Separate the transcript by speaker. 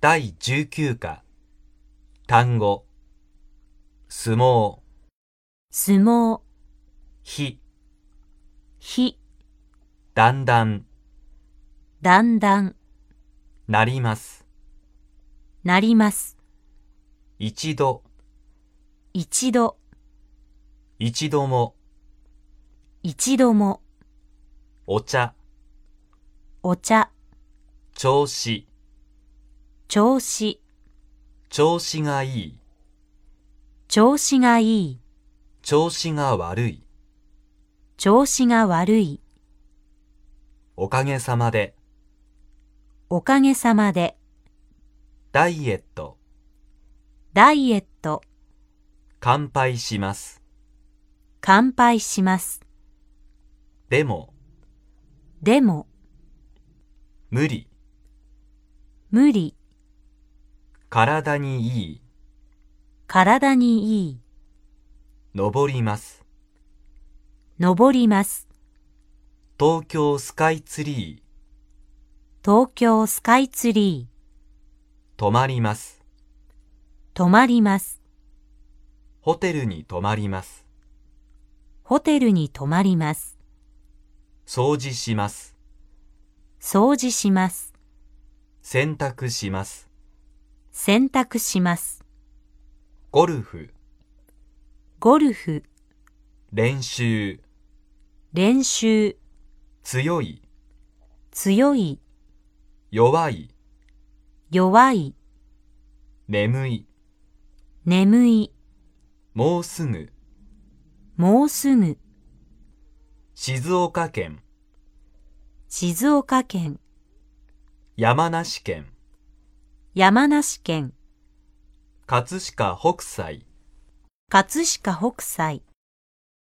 Speaker 1: 第19課単語相撲
Speaker 2: 相撲、
Speaker 1: 火
Speaker 2: 火、
Speaker 1: だんだん
Speaker 2: だんだん、
Speaker 1: なります
Speaker 2: なります。
Speaker 1: 一度
Speaker 2: 一度、
Speaker 1: 一度も
Speaker 2: 一度も、
Speaker 1: お茶
Speaker 2: お茶、
Speaker 1: 調子
Speaker 2: 調子、
Speaker 1: 調子がいい
Speaker 2: 調子がいい、
Speaker 1: 調子が悪い
Speaker 2: 調子が悪い、
Speaker 1: おかげさまで
Speaker 2: おかげさまで、
Speaker 1: ダイエット
Speaker 2: ダイエット、
Speaker 1: 乾杯します
Speaker 2: 乾杯します。
Speaker 1: でも
Speaker 2: でも、
Speaker 1: 無理
Speaker 2: 無理、
Speaker 1: 体にいい
Speaker 2: 体にいい、
Speaker 1: 登ります
Speaker 2: 登ります。
Speaker 1: 東京スカイツリー
Speaker 2: 東京スカイツリ
Speaker 1: 泊まります
Speaker 2: ー、泊まります。
Speaker 1: ホテルに泊まります
Speaker 2: ホテルに泊まります。
Speaker 1: 掃除します
Speaker 2: 掃除します。
Speaker 1: 洗濯します。
Speaker 2: 洗濯します。
Speaker 1: ゴルフ、
Speaker 2: ゴルフ、
Speaker 1: 練習、
Speaker 2: 練習、
Speaker 1: 強い、
Speaker 2: 強い、
Speaker 1: 弱い、
Speaker 2: 弱い、
Speaker 1: 眠い、
Speaker 2: 眠い、
Speaker 1: もうすぐ、
Speaker 2: もうすぐ、
Speaker 1: 静岡県、
Speaker 2: 静岡県、
Speaker 1: 山梨県、
Speaker 2: 山梨県、
Speaker 1: 葛飾北斎。
Speaker 2: 葛飾北斎。